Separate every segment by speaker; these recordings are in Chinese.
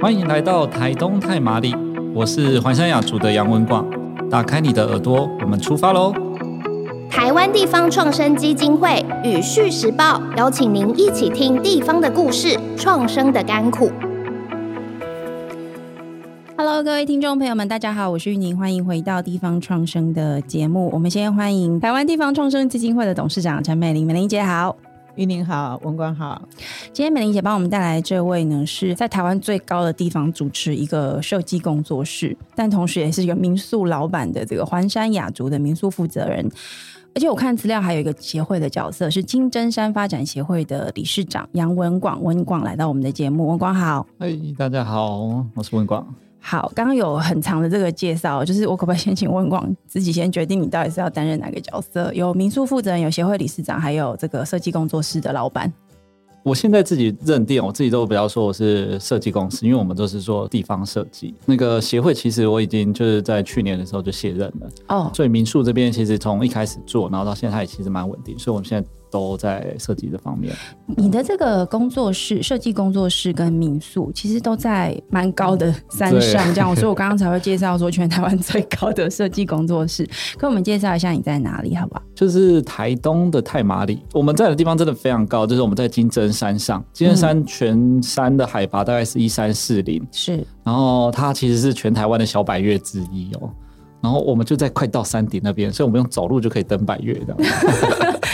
Speaker 1: 欢迎来到台东太麻里，我是环山雅族的杨文广。打开你的耳朵，我们出发喽！
Speaker 2: 台湾地方创生基金会与《续时报》邀请您一起听地方的故事，创生的甘苦。
Speaker 3: Hello，各位听众朋友们，大家好，我是玉宁，欢迎回到地方创生的节目。我们先欢迎台湾地方创生基金会的董事长陈美玲，美玲姐好。
Speaker 4: 玉宁好，文官好。
Speaker 3: 今天美玲姐帮我们带来这位呢，是在台湾最高的地方主持一个设计工作室，但同时也是一个民宿老板的这个环山雅族的民宿负责人。而且我看资料还有一个协会的角色是金针山发展协会的理事长杨文广，文广来到我们的节目，文广好。
Speaker 1: 嗨，哎大家好，我是文广。
Speaker 3: 好，刚刚有很长的这个介绍，就是我可不可以先请问广自己先决定你到底是要担任哪个角色？有民宿负责人，有协会理事长，还有这个设计工作室的老板。
Speaker 1: 我现在自己认定，我自己都不要说我是设计公司，因为我们都是做地方设计。那个协会其实我已经就是在去年的时候就卸任了，
Speaker 3: 哦，
Speaker 1: 所以民宿这边其实从一开始做，然后到现在也其实蛮稳定，所以我们现在都在设计这方面。
Speaker 3: 你的这个工作室、设计工作室跟民宿，其实都在蛮高的山上，这样，所以我刚刚才会介绍说全台湾最高的设计工作室。跟我们介绍一下你在哪里，好不好？
Speaker 1: 就是台东的太麻里，我们在的地方真的非常高，就是我们在金针山上，金针山全山的海拔大概是一三四零，
Speaker 3: 是
Speaker 1: 然后它其实是全台湾的小百越之一哦。然后我们就在快到山顶那边，所以我们用走路就可以登百越的。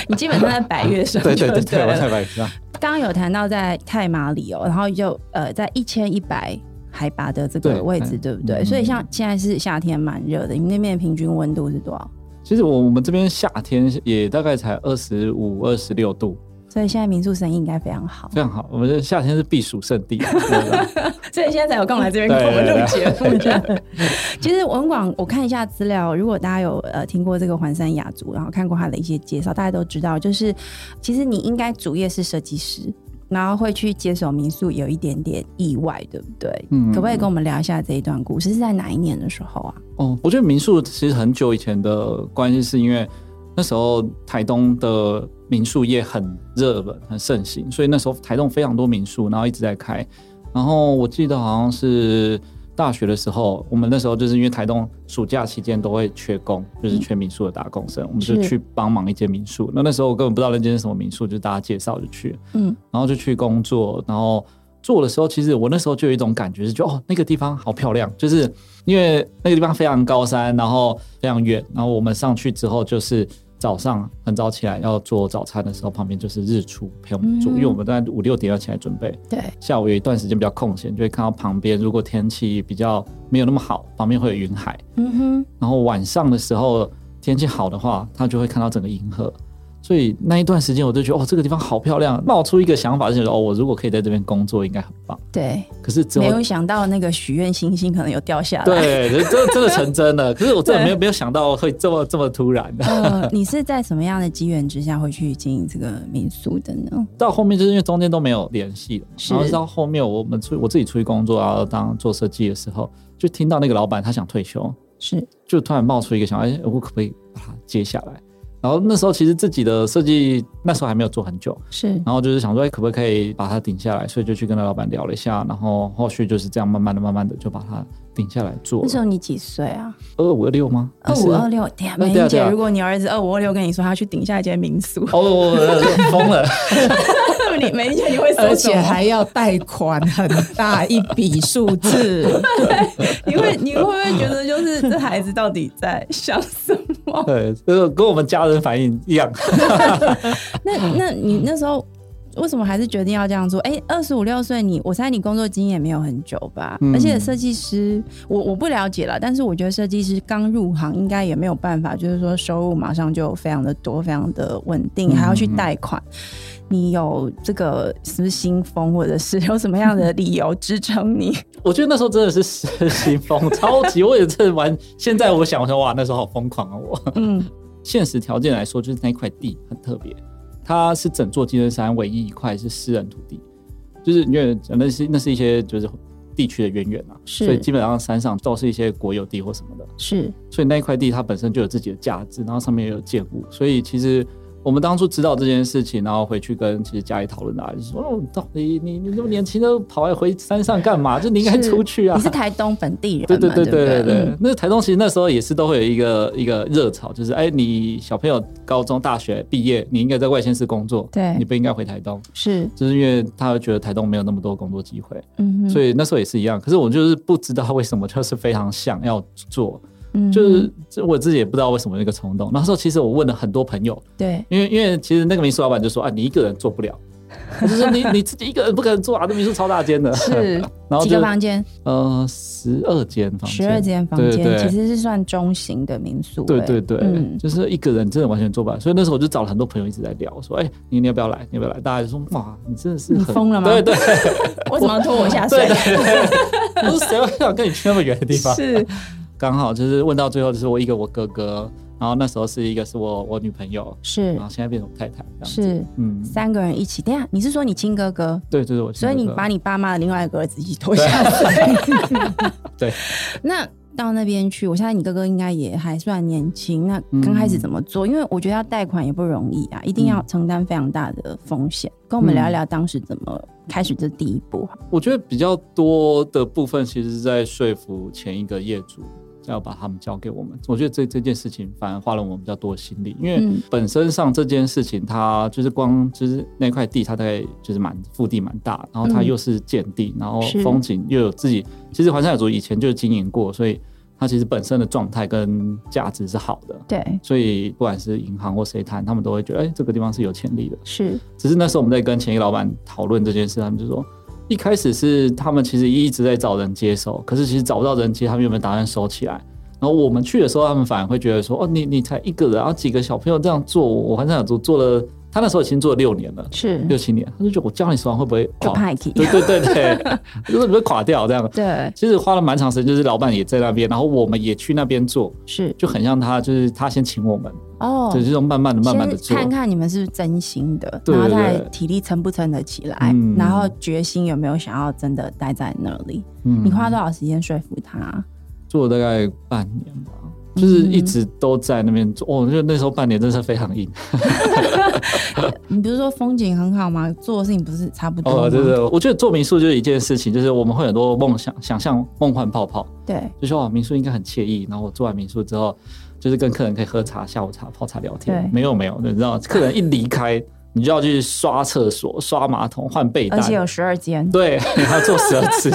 Speaker 3: 你基本上在百越上就
Speaker 1: 对对对
Speaker 3: 对
Speaker 1: 对，我
Speaker 3: 了
Speaker 1: 在百越上。
Speaker 3: 刚刚有谈到在泰马里哦，然后就呃在一千一百海拔的这
Speaker 1: 对
Speaker 3: 个位置，
Speaker 1: 嗯
Speaker 3: 对不对？
Speaker 1: 嗯
Speaker 3: 所以像现在是夏天蛮热的，你们那边的平均温度是多少？
Speaker 1: 其实我我们这边夏天也大概才二十五、二十六度，
Speaker 3: 所以现在民宿生意应该非常 好，
Speaker 1: 非常好。我们这夏天是避暑胜地。啊对吧
Speaker 3: 所以现在才有空来这边跟我们录节目的。 其实文广，我看一下资料，如果大家有呃听过这个环山雅族，然后看过他的一些介绍，大家都知道，就是其实你应该主业是设计师。然后会去接手民宿，有一点点意外，对不对？
Speaker 1: 嗯
Speaker 3: 可不可以跟我们聊一下这一段故事？是在哪一年的时候啊？
Speaker 1: 哦，我觉得民宿其实很久以前的关系，是因为那时候台东的民宿业很热门、很盛行，所以那时候台东非常多民宿，然后一直在开。然后我记得好像是大学的时候，我们那时候就是因为台东暑假期间都会缺工，就是缺民宿的打工生，我们就是去帮忙一间民宿。那那时候我根本不知道那间是什么民宿，就是大家介绍就去了。
Speaker 3: 嗯，
Speaker 1: 然后就去工作，然后做的时候，其实我那时候就有一种感觉是觉得，就哦，那个地方好漂亮，就是因为那个地方非常高山，然后非常远，然后我们上去之后就是。早上很早起来要做早餐的时候，旁边就是日出陪我们做，
Speaker 3: 嗯
Speaker 1: 因为我们大概五六点要起来准备。
Speaker 3: 对，
Speaker 1: 下午有一段时间比较空闲，就会看到旁边如果天气比较没有那么好，旁边会有云海。
Speaker 3: 嗯哼，
Speaker 1: 然后晚上的时候天气好的话，他就会看到整个银河。所以那一段时间，我就觉得哦，这个地方好漂亮，冒出一个想法，就觉得哦，我如果可以在这边工作，应该很棒。
Speaker 3: 对，
Speaker 1: 可是之
Speaker 3: 没
Speaker 1: 后
Speaker 3: 有，想到那个许愿星星可能有掉下 来。
Speaker 1: 对，这这真的成真了。可是我真的
Speaker 3: 对
Speaker 1: 没有没有想到会这么这么突然的。
Speaker 3: 呃，你是在什么样的机缘之下会去经营这个民宿的呢？
Speaker 1: 到后面就是因为中间都没有联系了，
Speaker 3: 是
Speaker 1: 然后到后面我们出我自己出去工作，然后当做设计的时候，就听到那个老板他想退休，
Speaker 3: 是
Speaker 1: 就突然冒出一个想法，哎、我可不可以把它接下来？然后那时候其实自己的设计那时候还没有做很久，
Speaker 3: 是，
Speaker 1: 然后就是想说，哎、可不可以把它顶下来？所以就去跟那老板聊了一下，然后后续就是这样，慢慢的、慢慢的就把它顶下来做
Speaker 3: 那时候
Speaker 1: 了。
Speaker 3: 你几岁啊？
Speaker 1: 二五二六吗？
Speaker 3: 二五二六，等一下，
Speaker 1: 对啊
Speaker 3: 梅
Speaker 1: 对啊
Speaker 3: 英姐，
Speaker 1: 对啊
Speaker 3: 如果你儿子二五二六跟你说他去顶下一间民宿，
Speaker 1: 还是。哦，疯了！
Speaker 3: 你梅英姐你 会
Speaker 4: 而
Speaker 3: 说什
Speaker 4: 且
Speaker 3: 么？
Speaker 4: 还要贷款很大一笔数字，
Speaker 3: 你会你会不会觉得就是这孩子到底在想什么？
Speaker 1: 对，这个跟我们家人反应一样。
Speaker 3: 那
Speaker 1: 嗯
Speaker 3: 那你那时候为什么还是决定要这样做？哎、二十五六岁你，我猜你工作经验没有很久吧？
Speaker 1: 嗯
Speaker 3: 而且设计师，我我不了解了，但是我觉得设计师刚入行应该也没有办法，就是说收入马上就非常的多，非常的稳定，
Speaker 1: 嗯
Speaker 3: 还要去贷款。你有这个是不是新风，或者是 有什么样的理由支撑你？
Speaker 1: 我觉得那时候真的是失心疯，超级！我也是玩。现在我想，我说哇，那时候好疯狂啊！我
Speaker 3: 嗯，
Speaker 1: 现实条件来说，就是那一块地很特别，它是整座金针山唯一一块是私人土地，就是因为那是那是一些就是地区的渊源啊，
Speaker 3: 是
Speaker 1: 所以基本上山上都是一些国有地或什么的，
Speaker 3: 是
Speaker 1: 所以那一块地它本身就有自己的价值，然后上面也有建物，所以其实我们当初知道这件事情，然后回去跟其实家里讨论啊，就说哦，到底你你那么年轻都跑来回山上干嘛？就你应该
Speaker 3: 是
Speaker 1: 出去啊
Speaker 3: 你。是台东本地人嘛，
Speaker 1: 对对对
Speaker 3: 对
Speaker 1: 对对
Speaker 3: 不
Speaker 1: 对
Speaker 3: 嗯，
Speaker 1: 那台东其实那时候也是都会有一个一个热潮，就是哎，你小朋友高中、大学毕业，你应该在外县市工作，
Speaker 3: 对
Speaker 1: 你不应该回台东，
Speaker 3: 是，
Speaker 1: 就是因为他会觉得台东没有那么多工作机会，
Speaker 3: 嗯哼，
Speaker 1: 所以那时候也是一样。可是我就是不知道为什么，就是非常想要做，
Speaker 3: 嗯哼
Speaker 1: 就是这我自己也不知道为什么那个冲动。那时候其实我问了很多朋友，
Speaker 3: 对，
Speaker 1: 因为因为其实那个民宿老板就说啊，你一个人做不了， 就是说你你自己一个人不可能做啊，这民宿超大间的。
Speaker 3: 是
Speaker 1: 然后
Speaker 3: 几
Speaker 1: 就
Speaker 3: 个房间，
Speaker 1: 呃十二间房间，
Speaker 3: 十二间房
Speaker 1: 对
Speaker 3: 间，
Speaker 1: 对
Speaker 3: 其实是算中型的民宿，
Speaker 1: 对
Speaker 3: 哎
Speaker 1: 对对，
Speaker 3: 嗯，
Speaker 1: 就是一个人真的完全做不来，所以那时候我就找了很多朋友一直在聊，说哎、你你要不要来？你要不要来？大家就说哇，你真的是
Speaker 3: 你
Speaker 1: 很
Speaker 3: 疯了吗
Speaker 1: 对对
Speaker 3: 为什么要拖我下水
Speaker 1: 对？对，我说谁会想跟你去那么远的地方？
Speaker 3: 是，
Speaker 1: 刚好就是问到最后，就是我一个我哥哥，然后那时候是一个是我我女朋友，
Speaker 3: 是
Speaker 1: 然后现在变成我太太，这样子，
Speaker 3: 是
Speaker 1: 嗯，
Speaker 3: 三个人一起。等一下，你是说你亲哥哥？
Speaker 1: 对，就是我亲
Speaker 3: 所以
Speaker 1: 哥
Speaker 3: 你
Speaker 1: 哥
Speaker 3: 把你爸妈的另外一个儿子一起拖下水。
Speaker 1: 对，
Speaker 3: 那到那边去，我相信你哥哥应该也还算年轻。那刚开始怎么
Speaker 1: 嗯
Speaker 3: 做？因为我觉得要贷款也不容易啊，一定要承担非常大的风险。跟我们聊一聊当时怎么开始这第一步。
Speaker 1: 我觉得比较多的部分，其实是在说服前一个业主要把他们交给我们。我觉得这这件事情反而花了我们比较多的心力，因为
Speaker 3: 嗯
Speaker 1: 本身上这件事情，它就是光就是那块地，它大概就是蛮腹地蛮大，然后它
Speaker 3: 嗯
Speaker 1: 又是建地，然后
Speaker 3: 是
Speaker 1: 风景又有自己。其实环山有族以前就是经营过，所以它其实本身的状态跟价值是好的。
Speaker 3: 对，
Speaker 1: 所以不管是银行或谁谈，他们都会觉得，哎、这个地方是有潜力的。
Speaker 3: 是，
Speaker 1: 只是那时候我们在跟前一个老板讨论这件事，他们就说，一开始是他们其实一直在找人接手，可是其实找不到人接，他们原本打算收起来。然后我们去的时候，他们反而会觉得说，哦，你你才一个人，然后几个小朋友这样做，我还想做做了，他那时候已经做了六年了，
Speaker 3: 是
Speaker 1: 六七年，他就觉得我教你手腕会不会
Speaker 3: 就
Speaker 1: 垮？
Speaker 3: 派去。
Speaker 1: 对对对对，就是会不会垮掉这样。
Speaker 3: 对，
Speaker 1: 其实花了蛮长时间，就是老板也在那边，然后我们也去那边做，
Speaker 3: 是
Speaker 1: 就很像他，就是他先请我们，
Speaker 3: 哦。
Speaker 1: 就这种慢慢的、慢慢的
Speaker 3: 先
Speaker 1: 做。
Speaker 3: 看看你们是不是真心的，
Speaker 1: 对
Speaker 3: 然后
Speaker 1: 对
Speaker 3: 再
Speaker 1: 对
Speaker 3: 体力撑不撑得起来，
Speaker 1: 嗯
Speaker 3: 然后决心有没有想要真的待在那里。
Speaker 1: 嗯
Speaker 3: 你花多少时间说服他？
Speaker 1: 做了大概半年吧，
Speaker 3: 嗯
Speaker 1: 就是一直都在那边做。哦，就那时候半年真是非常 硬。
Speaker 3: 你不是说风景很好吗？做的事情不是差不多吗？
Speaker 1: 哦，对对，我觉得做民宿就是一件事情，就是我们会有很多梦想，想象梦幻泡泡，
Speaker 3: 对
Speaker 1: 就说哦，民宿应该很惬意。然后我做完民宿之后，就是跟客人可以喝茶、下午茶、泡茶、聊天
Speaker 3: 对。
Speaker 1: 没有没有，你知道，客人一离开，你就要去刷厕所、刷马桶、换被单
Speaker 3: 而，且有十二间，
Speaker 1: 对，你还要做十二 次，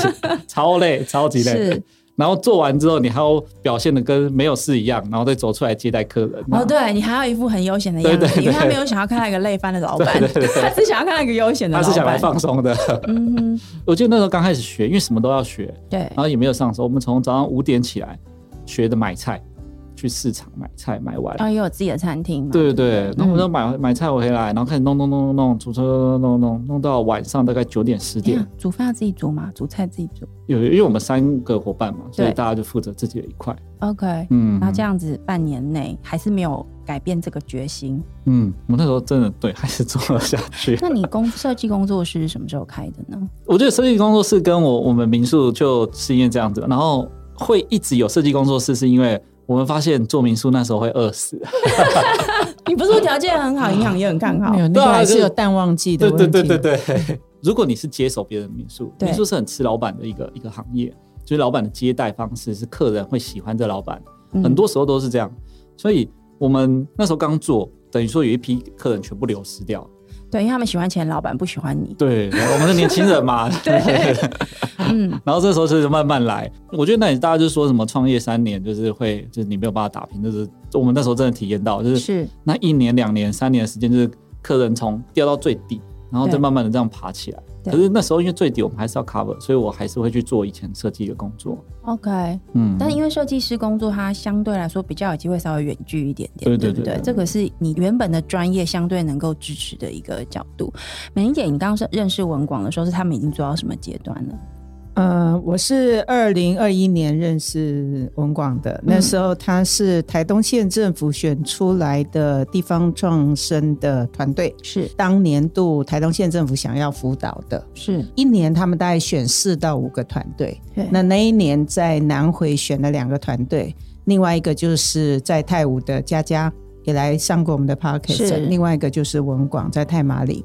Speaker 1: 超累，超级累
Speaker 3: 是。
Speaker 1: 然后做完之后，你还要表现的跟没有事一样，然后再走出来接待客人。
Speaker 3: 哦，对你还要一副很悠闲的样子，
Speaker 1: 对对对
Speaker 3: 因为他没有想要看到一个累翻的老板，
Speaker 1: 对对对
Speaker 3: 他只想要看到一个悠闲的
Speaker 1: 他
Speaker 3: 老
Speaker 1: 是
Speaker 3: 板。
Speaker 1: 想来放松的。
Speaker 3: 嗯哼，
Speaker 1: 我记得那时候刚开始学，因为什么都要学，
Speaker 3: 对
Speaker 1: 然，后也没有上手。我们从早上五点起来学的买菜，去市场买菜买完。
Speaker 3: 然后也有自己的餐厅嘛。
Speaker 1: 对对
Speaker 3: 不
Speaker 1: 对，然后我
Speaker 3: 哦嗯
Speaker 1: 们就买买菜回来，然后开始弄弄弄弄弄，煮煮弄弄弄弄到晚上大概九点十
Speaker 3: 等一
Speaker 1: 点
Speaker 3: 下。哎煮饭要自己煮吗？煮菜自己煮
Speaker 1: 有因为我们三个伙伴嘛，所以
Speaker 3: 对
Speaker 1: 大家就负责自己的一块。
Speaker 3: ？OK，
Speaker 1: 嗯，
Speaker 3: 然后这，样子半年内还是没有改变这个决心。
Speaker 1: 嗯，我那时候真的对还是做了下去。
Speaker 3: 那你工设计工作室是什么时候开的呢？
Speaker 1: 我觉得设计工作室跟我我们民宿就是因为这样子，然后会一直有设计工作室，是因为我们发现做民宿那时候会饿死。
Speaker 3: 你不是说条件很好，营养也很看好
Speaker 4: 没？有，那
Speaker 1: 对
Speaker 4: 个
Speaker 1: 啊
Speaker 4: 还是
Speaker 1: 就
Speaker 4: 有淡旺季的
Speaker 1: 对
Speaker 4: 问
Speaker 1: 对
Speaker 4: 题。
Speaker 1: 对对对。如果你是接手别人的民宿，
Speaker 3: 对
Speaker 1: 民宿是很吃老板的一个一个行业，就是老板的接待方式是客人会喜欢这老板，
Speaker 3: 嗯
Speaker 1: 很多时候都是这样。所以我们那时候刚做，等于说有一批客人全部流失掉。
Speaker 3: 对，因为他们喜欢钱，老板不喜欢你。
Speaker 1: 对，我们是年轻人 嘛。对。
Speaker 3: 嗯，
Speaker 1: 然后这时候就是慢慢来，我觉得那里大家就说什么创业三年，就是会就是你没有办法打拼，就是我们那时候真的体验到，就是
Speaker 3: 是
Speaker 1: 那一年、两年、三年的时间，就是客人从掉到最低，然后再
Speaker 3: 对
Speaker 1: 慢慢的这样爬起来。
Speaker 3: 对
Speaker 1: 可是那时候因为最低，我们还是要 cover，所以我还是会去做以前设计的工作。
Speaker 3: OK。
Speaker 1: 嗯，
Speaker 3: 但因为设计师工作，它相对来说比较有机会稍微远距一点点，
Speaker 1: 对
Speaker 3: 对
Speaker 1: 对
Speaker 3: 不
Speaker 1: 对
Speaker 3: 对？
Speaker 1: 对
Speaker 3: 这个是你原本的专业相对能够支持的一个角度。美玲姐，你刚刚是认识文广的时候，是他们已经做到什么阶段了？
Speaker 4: 呃，我是二零二一年认识文广的，那时候他是台东县政府选出来的地方创生的团队，
Speaker 3: 是
Speaker 4: 当年度台东县政府想要辅导的。
Speaker 3: 是，
Speaker 4: 一年他们大概选四到五个团队，
Speaker 3: 对
Speaker 4: 那那一年在南回选了两个团队，另外一个就是在泰武的佳佳，也来上过我们的 podcast，
Speaker 3: 是
Speaker 4: 另外一个就是文广在太马里。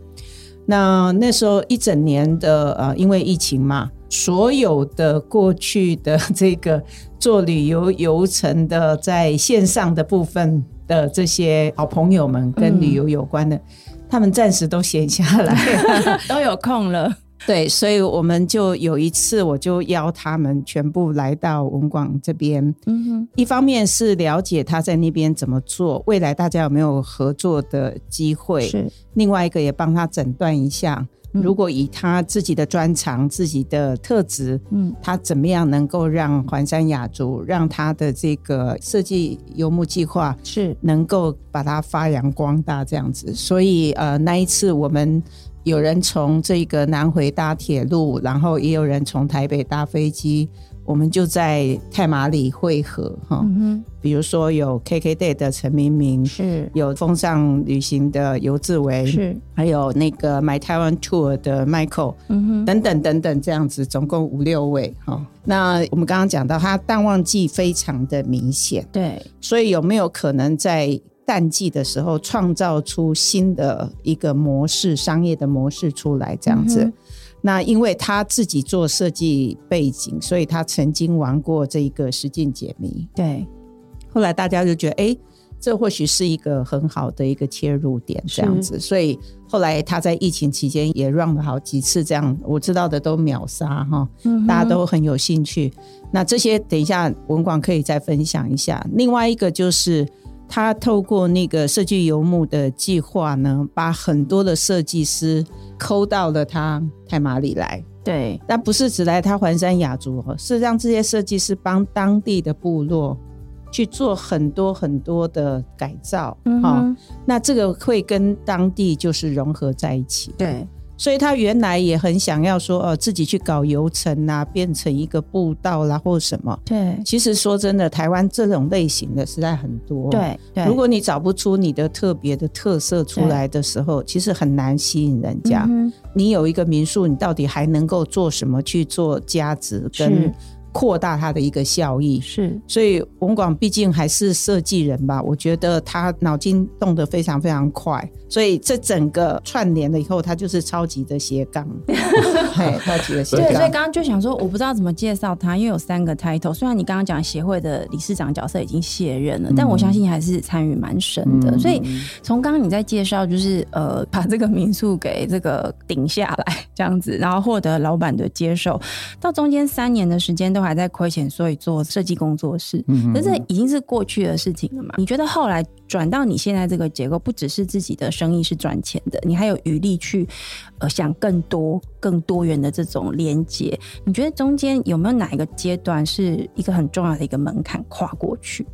Speaker 4: 那那时候一整年的呃，因为疫情嘛，所有的过去的这个做旅游游程的在线上的部分的这些好朋友们
Speaker 3: 嗯
Speaker 4: 跟旅游有关的，他们暂时都闲下 来。
Speaker 3: 都有空了，
Speaker 4: 对，所以我们就有一次，我就邀他们全部来到文广这边。
Speaker 3: 嗯哼，
Speaker 4: 一方面是了解他在那边怎么做，未来大家有没有合作的机会？
Speaker 3: 是
Speaker 4: 另外一个也帮他诊断一下，
Speaker 3: 嗯
Speaker 4: 如果以他自己的专长、自己的特质，
Speaker 3: 嗯，
Speaker 4: 他怎么样能够让环山雅族，让他的这个设计游牧计划
Speaker 3: 是
Speaker 4: 能够把它发扬光大这样子。所以呃，那一次我们有人从这个南回搭铁路，然后也有人从台北搭飞机，我们就在太马里汇合哈。
Speaker 3: 嗯
Speaker 4: 比如说有 KKday 的陈明明
Speaker 3: 哼，，是
Speaker 4: 有风尚旅行的游志伟，
Speaker 3: 是，
Speaker 4: 还有那个 My Taiwan Tour 的 Michael，
Speaker 3: 嗯哼，
Speaker 4: 等等等等，这样子，总共五六位哈、那我们刚刚讲到，他淡旺季非常的明显，
Speaker 3: 对，
Speaker 4: 所以有没有可能在淡季的时候创造出新的一个模式，商业的模式出来这样子？
Speaker 3: 嗯哼
Speaker 4: 那因为他自己做设计背景，所以他曾经玩过这一个实境解谜。
Speaker 3: 对，
Speaker 4: 后来大家就觉得，哎、这或许是一个很好的一个切入点，这样子。所以后来他在疫情期间也 run 了好几次，这样我知道的都秒杀哈，
Speaker 3: 嗯哼
Speaker 4: 大家都很有兴趣。那这些等一下文广可以再分享一下。另外一个就是。他透过那个设计游牧的计划呢，把很多的设计师抠到了他太马里来，
Speaker 3: 对，
Speaker 4: 但不是只来他环山雅族哦，是让这些设计师帮当地的部落去做很多很多的改造，哦
Speaker 3: 嗯哼，
Speaker 4: 那这个会跟当地就是融合在一起。，
Speaker 3: 对，
Speaker 4: 所以他原来也很想要说，哦，自己去搞游程啊，变成一个步道啦、或什么。
Speaker 3: 对，
Speaker 4: 其实说真的，台湾这种类型的实在很多。。
Speaker 3: 对，对，
Speaker 4: 如果你找不出你的特别的特色出来的时候，其实很难吸引人家。
Speaker 3: 嗯哼
Speaker 4: 你有一个民宿，你到底还能够做什么去做价值跟
Speaker 3: 是
Speaker 4: 扩大它的一个效益？
Speaker 3: 是
Speaker 4: 所以文广毕竟还是设计人吧，我觉得他脑筋动得非常非常快，所以这整个串联了以后，他就是超级的斜 杠，嘿，超级的斜
Speaker 3: 对，所以刚，
Speaker 4: 杠
Speaker 3: 刚就想说，我不知道怎么介绍他，因为有三个 title。虽然你刚刚讲协会的理事长角色已经卸任了，但我相信你还是参与蛮深的。
Speaker 1: 嗯
Speaker 3: 所以从刚刚你在介绍，就是呃，把这个民宿给这个顶下来这样子，然后获得老板的接受，到中间三年的时间都还在亏钱，所以做设计工作室。
Speaker 1: 嗯
Speaker 3: 可是这已经是过去的事情了嘛？你觉得后来转到你现在这个结构，不只是自己的生意是赚钱的，你还有余力去呃想更多、更多元的这种连接。你觉得中间有没有哪一个阶段是一个很重要的一个门槛跨过去？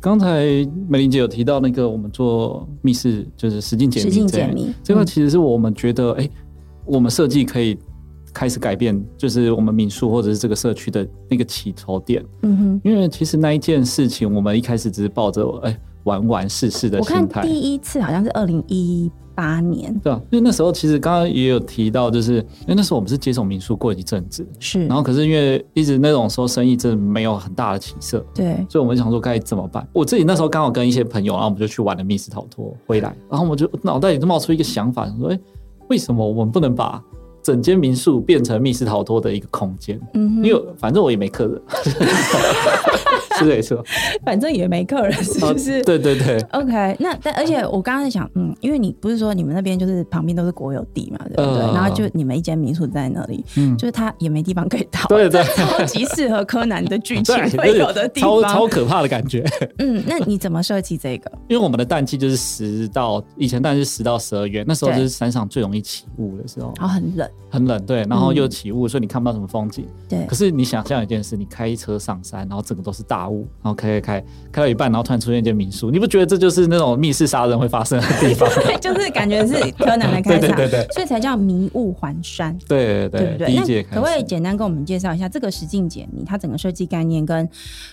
Speaker 1: 刚才美玲姐有提到那个我们做密室，就是实境解
Speaker 3: 实
Speaker 1: 密，
Speaker 3: 境解谜，
Speaker 1: 这个其实是我们觉得，哎、我们设计可以开始改变，就是我们民宿或者是这个社区的那个起头点。
Speaker 3: 嗯哼，
Speaker 1: 因为其实那一件事情，我们一开始只是抱着哎、玩玩试试的
Speaker 3: 我看
Speaker 1: 心态。
Speaker 3: 第一次好像是二零一八年，
Speaker 1: 对啊，因为那时候其实刚刚也有提到，就是因为那时候我们是接手民宿过一阵子，
Speaker 3: 是
Speaker 1: 然后可是因为一直那种时候生意真的没有很大的起色，
Speaker 3: 对，
Speaker 1: 所以我们想说该怎么办。我自己那时候刚好跟一些朋友，然后我们就去玩了密室逃脱，回来，然后我就脑袋里就冒出一个想法，想说，哎、为什么我们不能把整间民宿变成密室逃脱的一个空间？
Speaker 3: 嗯
Speaker 1: 因
Speaker 3: 哼，
Speaker 1: 为反正我也没客 人，是这个意思吧？
Speaker 3: 反正也没客人，是
Speaker 1: 啊
Speaker 3: 不是？
Speaker 1: 对对对，
Speaker 3: OK，那但而且我刚刚在想，嗯，因为你不是说你们那边就是旁边都是国有地嘛，对不对？
Speaker 1: 嗯
Speaker 3: 然后就你们一间民宿在那里，
Speaker 1: 嗯
Speaker 3: 就，是他也没地方可以逃，
Speaker 1: 对对
Speaker 3: 超级适合柯南的剧情
Speaker 1: 对，
Speaker 3: 会有的地
Speaker 1: 超超
Speaker 3: 方。
Speaker 1: 可怕的感觉。
Speaker 3: 嗯，那你怎么设计这个？
Speaker 1: 因为我们的淡季就是十到以前淡季十到十二月，那时候就
Speaker 3: 对
Speaker 1: 是山上最容易起雾的时候，
Speaker 3: 然后很冷，
Speaker 1: 哦很冷，对，然后
Speaker 3: 嗯
Speaker 1: 又起雾，所以你看不到什么风景。
Speaker 3: 对
Speaker 1: 可，是你想象一件事，你开车上山，然后整个都是大雾，然后开开开，开到一半，然后突然出现一间民宿，你不觉得这就是那种密室杀人会发生的地 方？
Speaker 3: 就是感觉是柯
Speaker 1: 对
Speaker 3: 南的开
Speaker 1: 对
Speaker 3: 场，
Speaker 1: 对对
Speaker 3: 所以才叫迷雾环山。
Speaker 1: 对
Speaker 3: 对
Speaker 1: 对
Speaker 3: 不对？
Speaker 1: 第一
Speaker 3: 那
Speaker 1: 届
Speaker 3: 可
Speaker 1: 开
Speaker 3: 不可以
Speaker 1: 始。
Speaker 3: 简单跟我们介绍一下这个实境解谜，它整个设计概念跟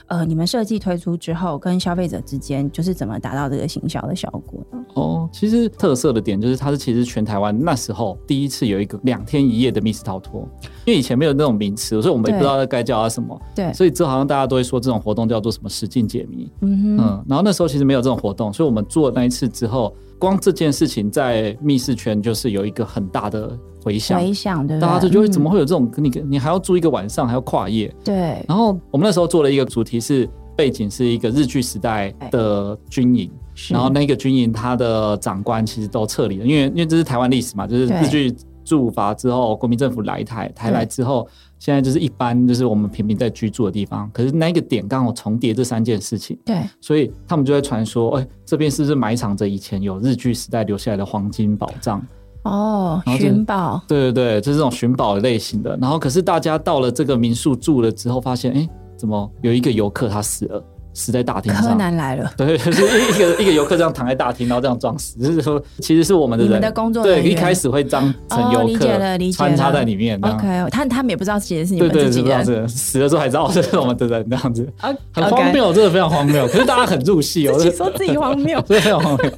Speaker 3: 呃你们设计推出之后跟消费者之间就是怎么达到这个行销的效果呢？
Speaker 1: 哦，其实特色的点就是它是其实全台湾那时候第一次有一个两天一夜的密室逃脱，因为以前没有那种名词，所以我们也不知道该叫它什么，
Speaker 3: 对，
Speaker 1: 所以之后好像大家都会说这种活动叫做什么实境解谜。
Speaker 3: 嗯哼，
Speaker 1: 嗯，然后那时候其实没有这种活动，所以我们做那一次之后，光这件事情在密室圈就是有一个很大的回响，
Speaker 3: 回想对不对？
Speaker 1: 大家就觉得怎么
Speaker 3: 嗯
Speaker 1: 会有这种，你你还要住一个晚上，还要跨夜。
Speaker 3: 对？
Speaker 1: 然后我们那时候做了一个主题是背景是一个日据时代的军营，
Speaker 3: 是
Speaker 1: 然后那个军营它的长官其实都撤离了，因为因为这是台湾历史嘛，就是
Speaker 3: 对
Speaker 1: 日据驻法之后，国民政府来台，台来之后，现在就是一般就是我们平民在居住的地方，可是那个点刚好重叠这三件事情。
Speaker 3: 对
Speaker 1: 所以他们就在传说，哎、这边是不是埋藏着以前有日据时代留下来的黄金宝藏？
Speaker 3: 哦，
Speaker 1: 然后就
Speaker 3: 寻宝
Speaker 1: 对对对，就是这种寻宝类型的。然后可是大家到了这个民宿住了之后，发现哎、怎么有一个游客他死了，死在大厅
Speaker 3: 柯
Speaker 1: 上。
Speaker 3: 南来了，
Speaker 1: 对，就是一一个一个游客这样躺在大厅，然后这样装死，就是说其实是我们的
Speaker 3: 你
Speaker 1: 人
Speaker 3: 们的工作人
Speaker 1: 对，
Speaker 3: 员
Speaker 1: 一开始会当成
Speaker 3: 哦
Speaker 1: 游
Speaker 3: 理
Speaker 1: 客、
Speaker 3: 解了理解
Speaker 1: 穿插
Speaker 3: 了
Speaker 1: 在里面这样。
Speaker 3: OK，他他们也不知道其实是
Speaker 1: 啊
Speaker 3: 你
Speaker 1: 对
Speaker 3: 们
Speaker 1: 对，
Speaker 3: 自己
Speaker 1: 是这样
Speaker 3: 人，
Speaker 1: 子，死了之后还知道哦这是我们的人这样子，
Speaker 3: 啊，
Speaker 1: 很荒
Speaker 3: OK，
Speaker 1: 谬，真的非常荒谬。可是大家很入戏哦，
Speaker 3: 自
Speaker 1: 这，
Speaker 3: 己说自己荒谬
Speaker 1: 对，非常荒 谬，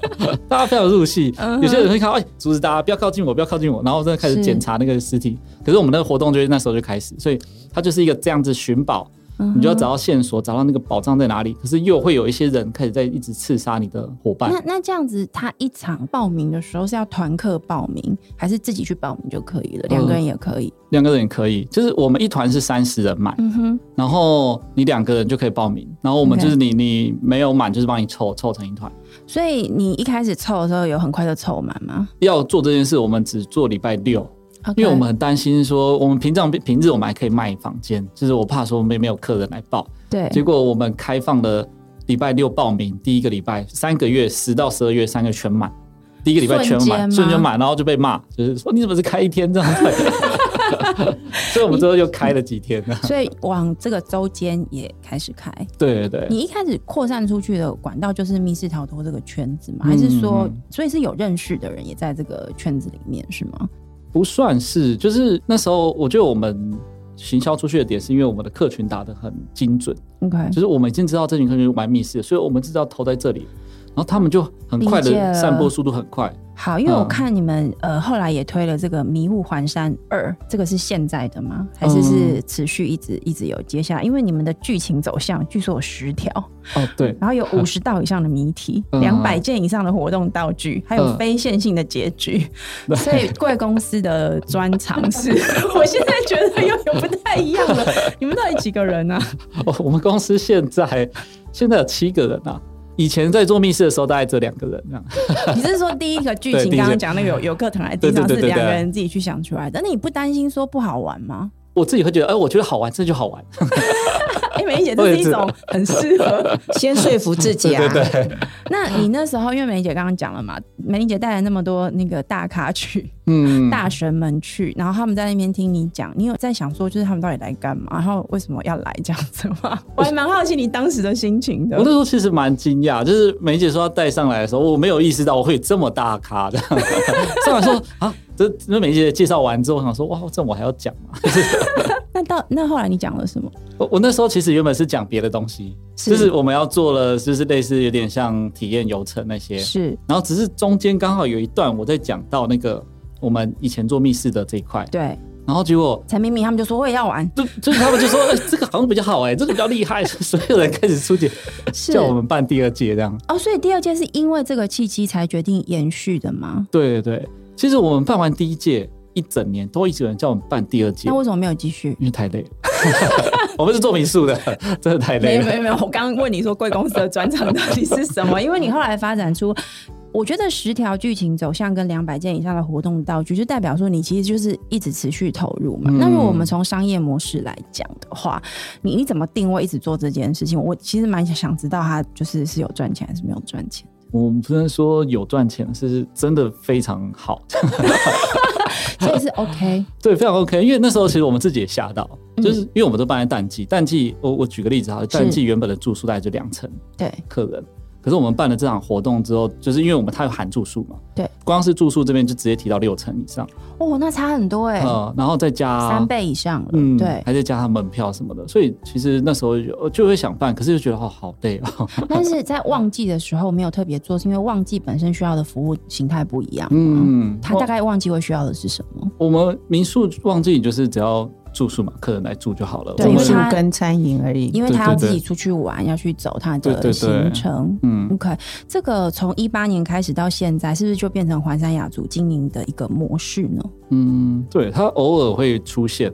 Speaker 1: 大家非常入戏
Speaker 3: 嗯。哼
Speaker 1: 有些人会看到，哎，阻止大家不要靠近我，不要靠近我，然后真的开始
Speaker 3: 是
Speaker 1: 检查那个尸体。可是我们那个活动就是那时候就开始，所以它就是一个这样子寻宝，
Speaker 3: 嗯
Speaker 1: 你就要找到线索，找到那个宝藏在哪里。可是又会有一些人开始在一直刺杀你的伙伴
Speaker 3: 那。那这样子，他一场报名的时候是要团课报名，还是自己去报名就可以了？
Speaker 1: 嗯
Speaker 3: 两个人也可以。
Speaker 1: 两个人也可以，就是我们一团是三十人满，
Speaker 3: 嗯哼，
Speaker 1: 然后你两个人就可以报名，然后我们
Speaker 3: OK
Speaker 1: 就是你你没有满就是帮你凑凑成一团。
Speaker 3: 所以你一开始凑的时候有很快就凑满吗
Speaker 1: 要做这件事，我们只做礼拜六，
Speaker 3: o k
Speaker 1: 因为我们很担心说，我们平常平日我们还可以卖房间，就是我怕说没没有客人来报，
Speaker 3: 对
Speaker 1: 结果我们开放了礼拜六报名，第一个礼拜三个月十到十二月三个全满，第一个礼拜全
Speaker 3: 瞬间吗
Speaker 1: 满，瞬间满，然后就被骂，就是说你怎么是开一天这样 子，所以我们之后又开了几天呢？
Speaker 3: 所以往这个周间也开始开。
Speaker 1: 对对对。
Speaker 3: 你一开始扩散出去的管道就是密室逃脱这个圈子吗？
Speaker 1: 嗯
Speaker 3: 还是说，
Speaker 1: 嗯
Speaker 3: 所以是有认识的人也在这个圈子里面是吗？
Speaker 1: 不算是，就是那时候我觉得我们行销出去的点是因为我们的客群打得很精准，
Speaker 3: OK，
Speaker 1: 就是我们已经知道这群客群玩密室，所以我们知道投在这里，然后他们就很快
Speaker 3: 理解
Speaker 1: 的
Speaker 3: 了
Speaker 1: 散播速度很快，
Speaker 3: 好，因为我
Speaker 1: 嗯
Speaker 3: 看你们、呃后来也推了这个《迷雾环山二》，这个是现在的吗？还
Speaker 1: 嗯
Speaker 3: 是是持续一直一直有接下来？因为你们的剧情走向据说有十条，
Speaker 1: 哦，对，
Speaker 3: 然后有五十道以上的谜题，
Speaker 1: 嗯
Speaker 3: 两百、件以上的活动道具，还有
Speaker 1: 嗯
Speaker 3: 非线性的结 局。所以贵公司的专长是， 我现在觉得又有不太一样 了。你们到底几个人啊？
Speaker 1: 哦，我们公司现在现在有七个人啊，以前在做密室的时候大概只有两个人这样。
Speaker 3: 你是说第一个剧
Speaker 1: 对
Speaker 3: 情
Speaker 1: 第一
Speaker 3: 刚刚
Speaker 1: 个
Speaker 3: 讲那个有游客躺在
Speaker 1: 对
Speaker 3: 地
Speaker 1: 对
Speaker 3: 上是
Speaker 1: 对对对
Speaker 3: 两个人自己去想出来的？那你不担心说不好玩吗？
Speaker 1: 我自己会觉得，哎、我觉得好玩，这就好玩。
Speaker 3: 哎、梅姐，这
Speaker 1: 我也
Speaker 3: 是一
Speaker 1: 知道
Speaker 3: 种很适合。
Speaker 4: 先说服自己啊，
Speaker 3: 那你那时候，因为梅姐刚刚讲了嘛，梅姐带了那么多那个大咖去、
Speaker 1: 嗯，
Speaker 3: 大神们去，然后他们在那边听你讲，你有在想说，就是他们到底来干嘛，然后为什么要来这样子吗？ 我还蛮好奇你当时的心情的
Speaker 1: 我。那时候其实蛮惊讶，就是梅姐说要带上来的时候，我没有意识到我会有这么大咖的。 上来说啊，这那梅姐介绍完之后，我想说哇，这我还要讲吗？
Speaker 3: 那到那后来你讲了什么？
Speaker 1: 我我那时候其实原本是讲别的东西，
Speaker 3: 是
Speaker 1: 就是我们要做了，就是类似有点像体验游程那些，
Speaker 3: 是
Speaker 1: 然后只是中间刚好有一段我在讲到那个我们以前做密室的这一块，
Speaker 3: 对
Speaker 1: 然后结果
Speaker 3: 陈明明他们就说我也要玩，
Speaker 1: 就就是他们就说、 哎，这个好像比较好哎、这个比较厉害， 所有人开始出钱
Speaker 3: 是
Speaker 1: 叫我们办第二届这样。
Speaker 3: 哦，所以第二届是因为这个契机才决定延续的吗？
Speaker 1: 对对对，其实我们办完第一届一整年都一直有人叫我们办第二届
Speaker 3: 那，为什么没有继续？
Speaker 1: 因为太累了。 我们是做民宿的， 真的太累
Speaker 3: 没有
Speaker 1: 了
Speaker 3: 没。有没有，我刚刚问你说贵公司的专长到底是什么？因为你后来发展出，我觉得十条剧情走向跟两百件以上的活动道具，就代表说你其实就是一直持续投入嘛。
Speaker 1: 嗯
Speaker 3: 那如果我们从商业模式来讲的话，你你怎么定位一直做这件事情？我其实蛮想知道它就是是有赚钱还是没有赚钱。
Speaker 1: 我们不能说有赚钱，是真的非常好，
Speaker 3: 所以是 OK，
Speaker 1: 对，非常 OK。因为那时候其实我们自己也吓到，
Speaker 3: 嗯
Speaker 1: 就是因为我们都办在淡季，淡季我我举个例子哈，淡季原本的住宿大概就两层
Speaker 3: 对
Speaker 1: 客人，可是我们办了这场活动之后，就是因为我们它有含住宿嘛，
Speaker 3: 对，
Speaker 1: 光是住宿这边就直接提到六成以上，
Speaker 3: 哦，那差很多哦哎、
Speaker 1: 呃，然后再加
Speaker 3: 三倍以上了，
Speaker 1: 嗯，
Speaker 3: 对。
Speaker 1: 还再加上门票什么的，所以其实那时候就就会想办，可是就觉得哦好累 哦，
Speaker 3: 但是在旺季的时候没有特别做，是因为旺季本身需要的服务形态不一样。嗯，
Speaker 1: 嗯，
Speaker 3: 它大概旺季会需要的是什么？
Speaker 1: 我我们民宿旺季就是只要住宿嘛，客人来住就好了，
Speaker 3: 对
Speaker 1: 我
Speaker 4: 住
Speaker 1: 们
Speaker 4: 宿
Speaker 3: 因为它
Speaker 4: 跟餐饮而已。
Speaker 3: 因为
Speaker 1: 对
Speaker 3: 他要
Speaker 1: 对
Speaker 3: 自
Speaker 1: 对
Speaker 3: 己出去玩，要去走他
Speaker 1: 对
Speaker 3: 的
Speaker 1: 对对
Speaker 3: 行程。
Speaker 1: 嗯
Speaker 3: OK，这个从一八年开始到现在，是不是就变成环山雅族经营的一个模式呢？
Speaker 1: 嗯，对，它偶尔会出 现，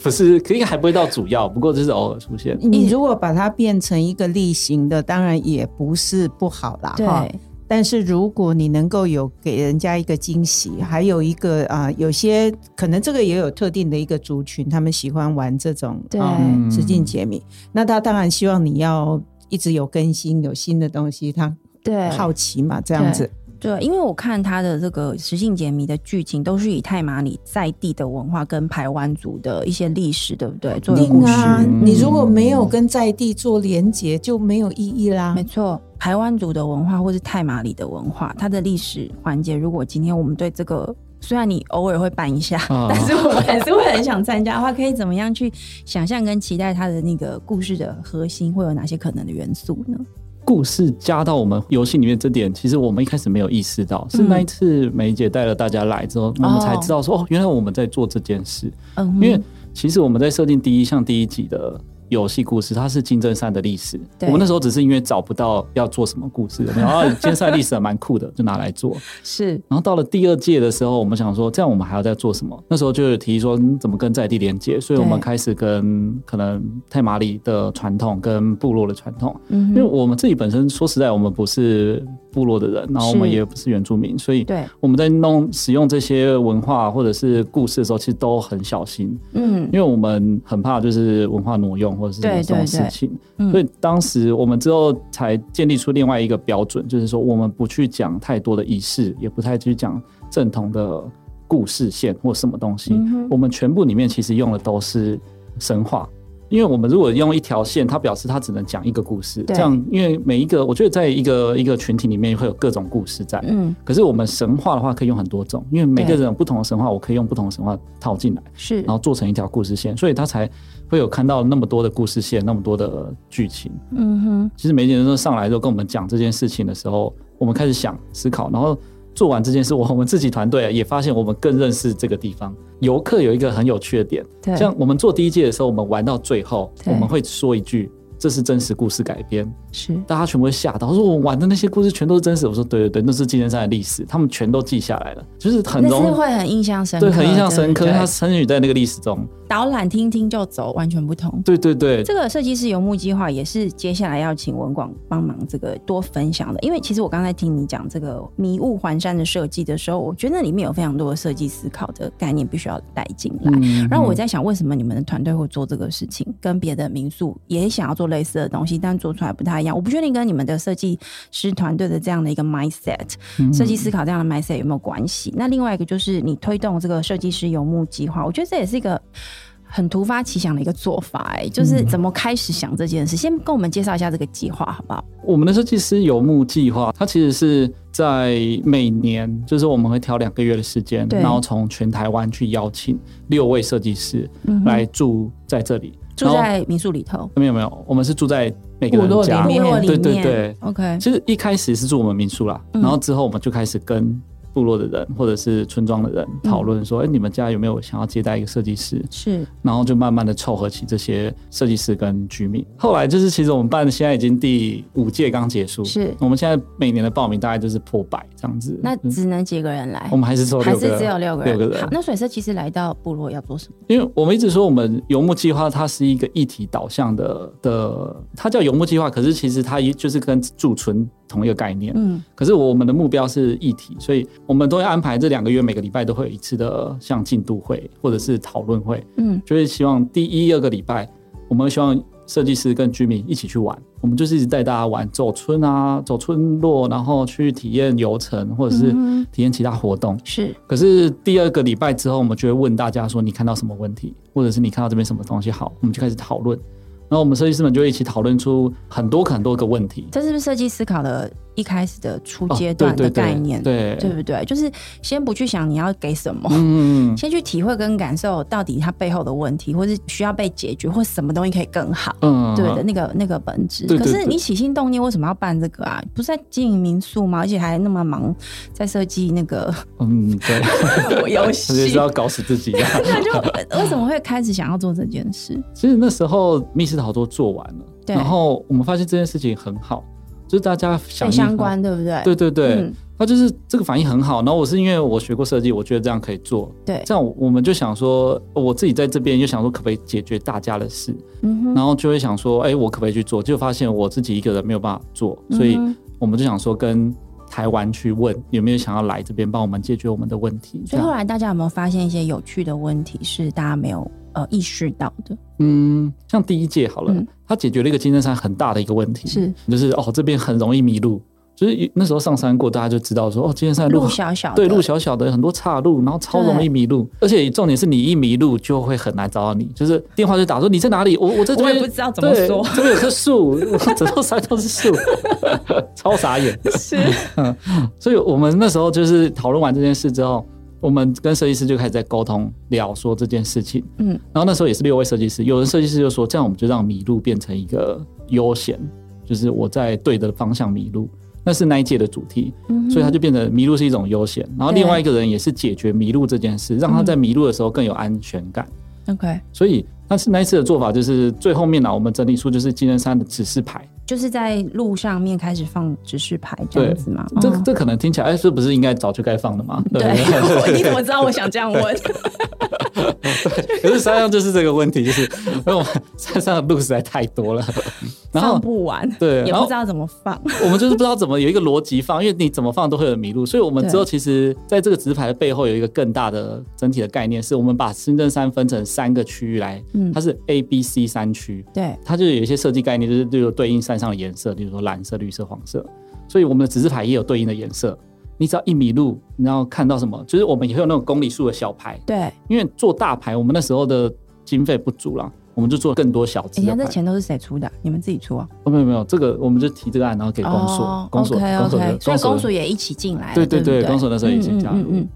Speaker 1: 不是，可应该还不会到主要，不过就是偶尔出现，
Speaker 4: 你如果把它变成一个例行的，当然也不是不好啦，
Speaker 3: 对，
Speaker 4: 哈。但是如果你能够有给人家一个惊喜，还有一个啊、有些可能这个也有特定的一个族群，他们喜欢玩这种
Speaker 3: 对
Speaker 4: 啊
Speaker 1: 嗯
Speaker 4: 实境解谜，那他当然希望你要一直有更新，有新的东西，他
Speaker 3: 对，
Speaker 4: 好奇嘛，这样子。
Speaker 3: 对，因为我看他的这个实境解谜的剧情，都是以泰马里在地的文化跟排湾族的一些历史，对不对？作为故
Speaker 4: 定
Speaker 3: 事，
Speaker 4: 啊，
Speaker 1: 嗯
Speaker 4: 你如果没有跟在地做连接，就没有意义啦
Speaker 3: 没。错，排湾族的文化或是泰马里的文化，它的历史环节，如果今天我们对这个，虽然你偶尔会办一下，
Speaker 1: 啊
Speaker 3: 但是我们还是会很想参加的话，可以怎么样去想象跟期待它的那个故事的核心会有哪些可能的元素呢？
Speaker 1: 故事加到我们游戏里面这点，其实我们一开始没有意识到，是那一次梅姐带了大家来之后，我们才知道说哦，原来我们在做这件事。
Speaker 3: 嗯哼，
Speaker 1: 因为其实我们在设定第一项第一集的游戏故事，它是金针山的历史。
Speaker 3: 对
Speaker 1: 我们那时候只是因为找不到要做什么故事，然后金针山历史还蛮酷的，就拿来做。
Speaker 3: 是
Speaker 1: 然后到了第二届的时候，我们想说，这样我们还要再做什么？那时候就有提议说，嗯怎么跟在地连接？所以我们
Speaker 3: 对
Speaker 1: 开始跟可能泰马里的传统跟部落的传统，
Speaker 3: 嗯
Speaker 1: 因为我们自己本身说实在，我们不是部落的人，然后我们
Speaker 3: 是
Speaker 1: 也不是原住民，所以
Speaker 3: 对，
Speaker 1: 我们在弄使用这些文化或者是故事的时候，其实都很小心，
Speaker 3: 嗯
Speaker 1: 因为我们很怕就是文化挪用或者是
Speaker 3: 对对
Speaker 1: 这种事
Speaker 3: 对
Speaker 1: 情。
Speaker 3: 嗯
Speaker 1: 所以当时我们之后才建立出另外一个标准，就是说我们不去讲太多的仪式，也不太去讲正统的故事线或什么东西。
Speaker 3: 嗯哼
Speaker 1: 我们全部里面其实用的都是神话，因为我们如果用一条线，它表示它只能讲一个故事。
Speaker 3: 对
Speaker 1: 这样，因为每一个我觉得在一个一个群体里面会有各种故事在。
Speaker 3: 嗯
Speaker 1: 可是我们神话的话可以用很多种，因为每个
Speaker 3: 对
Speaker 1: 人有不同的神话，我可以用不同的神话套进来。
Speaker 3: 是
Speaker 1: 然后做成一条故事线，所以他才会有看到那么多的故事线，那么多的剧情。
Speaker 3: 嗯哼
Speaker 1: 其实梅姐那时候上来之后跟我们讲这件事情的时候，我们开始想思考，然后做完这件事，我我们自己团队啊也发现我们更认识这个地方。游客有一个很有趣的点，
Speaker 3: 对
Speaker 1: 像我们做第一届的时候，我们玩到最后，
Speaker 3: 对
Speaker 1: 我们会说一句。这是真实故事改编，
Speaker 3: 是
Speaker 1: 大家全部会吓到。我说我玩的那些故事全都是真实。我说对对对，那是金针山的历史，他们全都记下来了，就是很
Speaker 3: 那
Speaker 1: 容
Speaker 3: 是
Speaker 1: 易，
Speaker 3: 会很印象深刻，
Speaker 1: 对，很印象深刻。
Speaker 3: 对
Speaker 1: 因为它参与在那个历史中，
Speaker 3: 导览听听就走，完全不同。
Speaker 1: 对对对，
Speaker 3: 这个设计师游牧计划也是接下来要请文广帮忙这个多分享的，因为其实我刚才听你讲这个迷雾环山的设计的时候，我觉得里面有非常多的设计思考的概念必须要带进来。
Speaker 1: 嗯
Speaker 3: 然后我在想，为什么你们的团队会做这个事情，跟别的民宿也想要做类似的东西，但做出来不太一样？我不确定跟你们的设计师团队的这样的一个 mindset，、设
Speaker 1: 嗯
Speaker 3: 计思考这样的 mindset 有没有关系？那另外一个就是你推动这个设计师游牧计划，我觉得这也是一个。很突发奇想的一个做法、哎，
Speaker 1: 嗯
Speaker 3: 就是怎么开始想这件事？先跟我们介绍一下这个计划，好不好？
Speaker 1: 我们的设计师游牧计划，它其实是在每年，就是我们会挑两个月的时间，
Speaker 3: 对
Speaker 1: 然后从全台湾去邀请六位设计师
Speaker 3: 嗯哼
Speaker 1: 来住在这里。
Speaker 3: 住
Speaker 1: 然后
Speaker 3: 在民宿里头，
Speaker 1: 没有没有，我们是住在每个人
Speaker 4: 部落里
Speaker 1: 家
Speaker 4: 面。
Speaker 3: 部落里
Speaker 1: 对
Speaker 3: 面，
Speaker 1: 对对
Speaker 3: o k
Speaker 1: 其实一开始是住我们民宿啦，
Speaker 3: 嗯
Speaker 1: 然后之后我们就开始跟部落的人或者是村庄的人讨论
Speaker 3: 嗯
Speaker 1: 说，哎、你们家有没有想要接待一个设计师？
Speaker 3: 是
Speaker 1: 然后就慢慢的凑合起这些设计师跟居民。后来就是，其实我们办现在已经第五届刚结束，
Speaker 3: 是
Speaker 1: 我们现在每年的报名大概就是破百这样子。
Speaker 3: 那
Speaker 1: 嗯
Speaker 3: 只能几个人来
Speaker 1: 我？们还是只有
Speaker 3: 还
Speaker 1: 六个
Speaker 3: 是
Speaker 1: 人，
Speaker 3: 只有六个人。
Speaker 1: 六个人
Speaker 3: 好，那所以设计师来到部落要做什么？
Speaker 1: 因为我们一直说我们游牧计划它是一个一体导向的的，它叫游牧计划，可是其实它也就是跟驻村同一个概念。
Speaker 3: 嗯，
Speaker 1: 可是我们的目标是一体，所以我们都会安排这两个月每个礼拜都会有一次的像进度会或者是讨论会，
Speaker 3: 嗯，
Speaker 1: 就是希望第一、二个礼拜，我们会希望设计师跟居民一起去玩，我们就是一直带大家玩，走村啊，走村落，然后去体验游程或者是
Speaker 3: 嗯哼
Speaker 1: 体验其他活动。
Speaker 3: 是
Speaker 1: 可是第二个礼拜之后，我们就会问大家说你看到什么问题，或者是你看到这边什么东西好，我们就开始讨论。然后我们设计师们就一起讨论出很多很多个问题。
Speaker 3: 这是不是设计思考的一开始的初
Speaker 1: 哦
Speaker 3: 阶
Speaker 1: 对
Speaker 3: 段
Speaker 1: 对
Speaker 3: 的
Speaker 1: 对
Speaker 3: 概念？
Speaker 1: 对
Speaker 3: 对不对？就是先不去想你要给什么，
Speaker 1: 嗯，
Speaker 3: 先去体会跟感受到底它背后的问题，或是需要被解决，或什么东西可以更好。
Speaker 1: 嗯
Speaker 3: 对的，那个那个本质。
Speaker 1: 对对
Speaker 3: 可是你起心动念为什么要办这个啊？不是在经营民宿吗？而且还那么忙，在设计 那个
Speaker 1: 嗯，对，
Speaker 3: 游
Speaker 1: 他就是
Speaker 3: 戏。
Speaker 1: 要搞死自己。啊
Speaker 3: 那就呃为什么会开始想要做这件事？
Speaker 1: 其实那时候密室逃脱做完了，
Speaker 3: 对
Speaker 1: 然后我们发现这件事情很好，就是大家想
Speaker 3: 很相关，对不对？
Speaker 1: 对对对，
Speaker 3: 嗯
Speaker 1: 他就是这个反应很好。然后我是因为我学过设计，我觉得这样可以做。
Speaker 3: 对
Speaker 1: 这样我我们就想说，我自己在这边又想说，可不可以解决大家的事？
Speaker 3: 嗯哼，
Speaker 1: 然后就会想说，哎、我可不可以去做？就发现我自己一个人没有办法做，所以
Speaker 3: 嗯哼
Speaker 1: 我们就想说跟台湾去问有没有想要来这边帮我们解决我们的问题。这
Speaker 3: 所以后
Speaker 1: 样，
Speaker 3: 来大家有没有发现一些有趣的问题是大家没有呃意识到的？
Speaker 1: 嗯，像第一届好了，
Speaker 3: 嗯
Speaker 1: 他解决了一个金针山很大的一个问题，
Speaker 3: 是
Speaker 1: 就是哦这边很容易迷路，就是那时候上山过，大家就知道说哦金针山的
Speaker 3: 路
Speaker 1: 路
Speaker 3: 小小的，
Speaker 1: 对，路小小的，很多岔路，然后超容易迷路，而且重点是你一迷路就会很难找到你，就是电话就打说你在哪里，我我在这
Speaker 3: 我
Speaker 1: 边，
Speaker 3: 也不知道怎么
Speaker 1: 对
Speaker 3: 说
Speaker 1: 这边有棵树，我整座山都是树， 超傻眼。
Speaker 3: 是，
Speaker 1: 所以我们那时候就是讨论完这件事之后，我们跟设计师就开始在沟通聊说这件事情，
Speaker 3: 嗯，
Speaker 1: 然后那时候也是六位设计师，有的设计师就说这样我们就让迷路变成一个悠闲，就是我在对的方向迷路。那是那一届的主题，
Speaker 3: 嗯哼
Speaker 1: 所以他就变成迷路是一种悠闲，然后
Speaker 3: 对
Speaker 1: 另外一个人也是解决迷路这件事，让他在迷路的时候更有安全感。
Speaker 3: OK，
Speaker 1: 所以那是那一次的做法就是最后面呢，我们整理出就是金针山的指示牌。
Speaker 3: 就是在路上面开始放指示牌这样子嘛。
Speaker 1: 这
Speaker 3: 哦
Speaker 1: 这可能听起来，哎，这不是应该早就该放的吗？对不对？
Speaker 3: 对，你怎么知 道我想这样问？
Speaker 1: 可是山上就是这个问题，就是 因为我们山上的路实在太多 了， 然后
Speaker 3: 放不完，
Speaker 1: 对
Speaker 3: 也
Speaker 1: 然
Speaker 3: 不
Speaker 1: 后
Speaker 3: 知道怎么放。
Speaker 1: 我们就是不知道怎么有一个逻辑放，因为你怎么放都会有迷路，所以我们之后其实在这个直排的背后有一个更大的整体的概念，是我们把深圳山分成三个区域来，
Speaker 3: 嗯
Speaker 1: 它是 A、B、C 三区，
Speaker 3: 对，
Speaker 1: 它就有一些设计概念，就是例如对应山上的颜色，例如说蓝色、绿色、黄色，所以我们的指示牌也有对应的颜色。你只要一迷路，你要看到什么，就是我们也会有那种公里数的小牌，
Speaker 3: 对，
Speaker 1: 因为做大牌我们那时候的经费不足啦，我们就做更多小只
Speaker 3: 以
Speaker 1: 的
Speaker 3: 前
Speaker 1: 牌
Speaker 3: 这。钱都是谁出的？你们自己出啊？
Speaker 1: 哦，没有没有，这个我们就提这个案，然后给公所，公所
Speaker 3: o k
Speaker 1: 公所的
Speaker 3: 哦 OK，所以公
Speaker 1: 所
Speaker 3: 所
Speaker 1: 的
Speaker 3: 也一起进来了，
Speaker 1: 对
Speaker 3: 对
Speaker 1: 对
Speaker 3: 不
Speaker 1: 对，公所那时候也
Speaker 3: 嗯
Speaker 1: 经
Speaker 3: 嗯
Speaker 1: 加入。
Speaker 3: 嗯嗯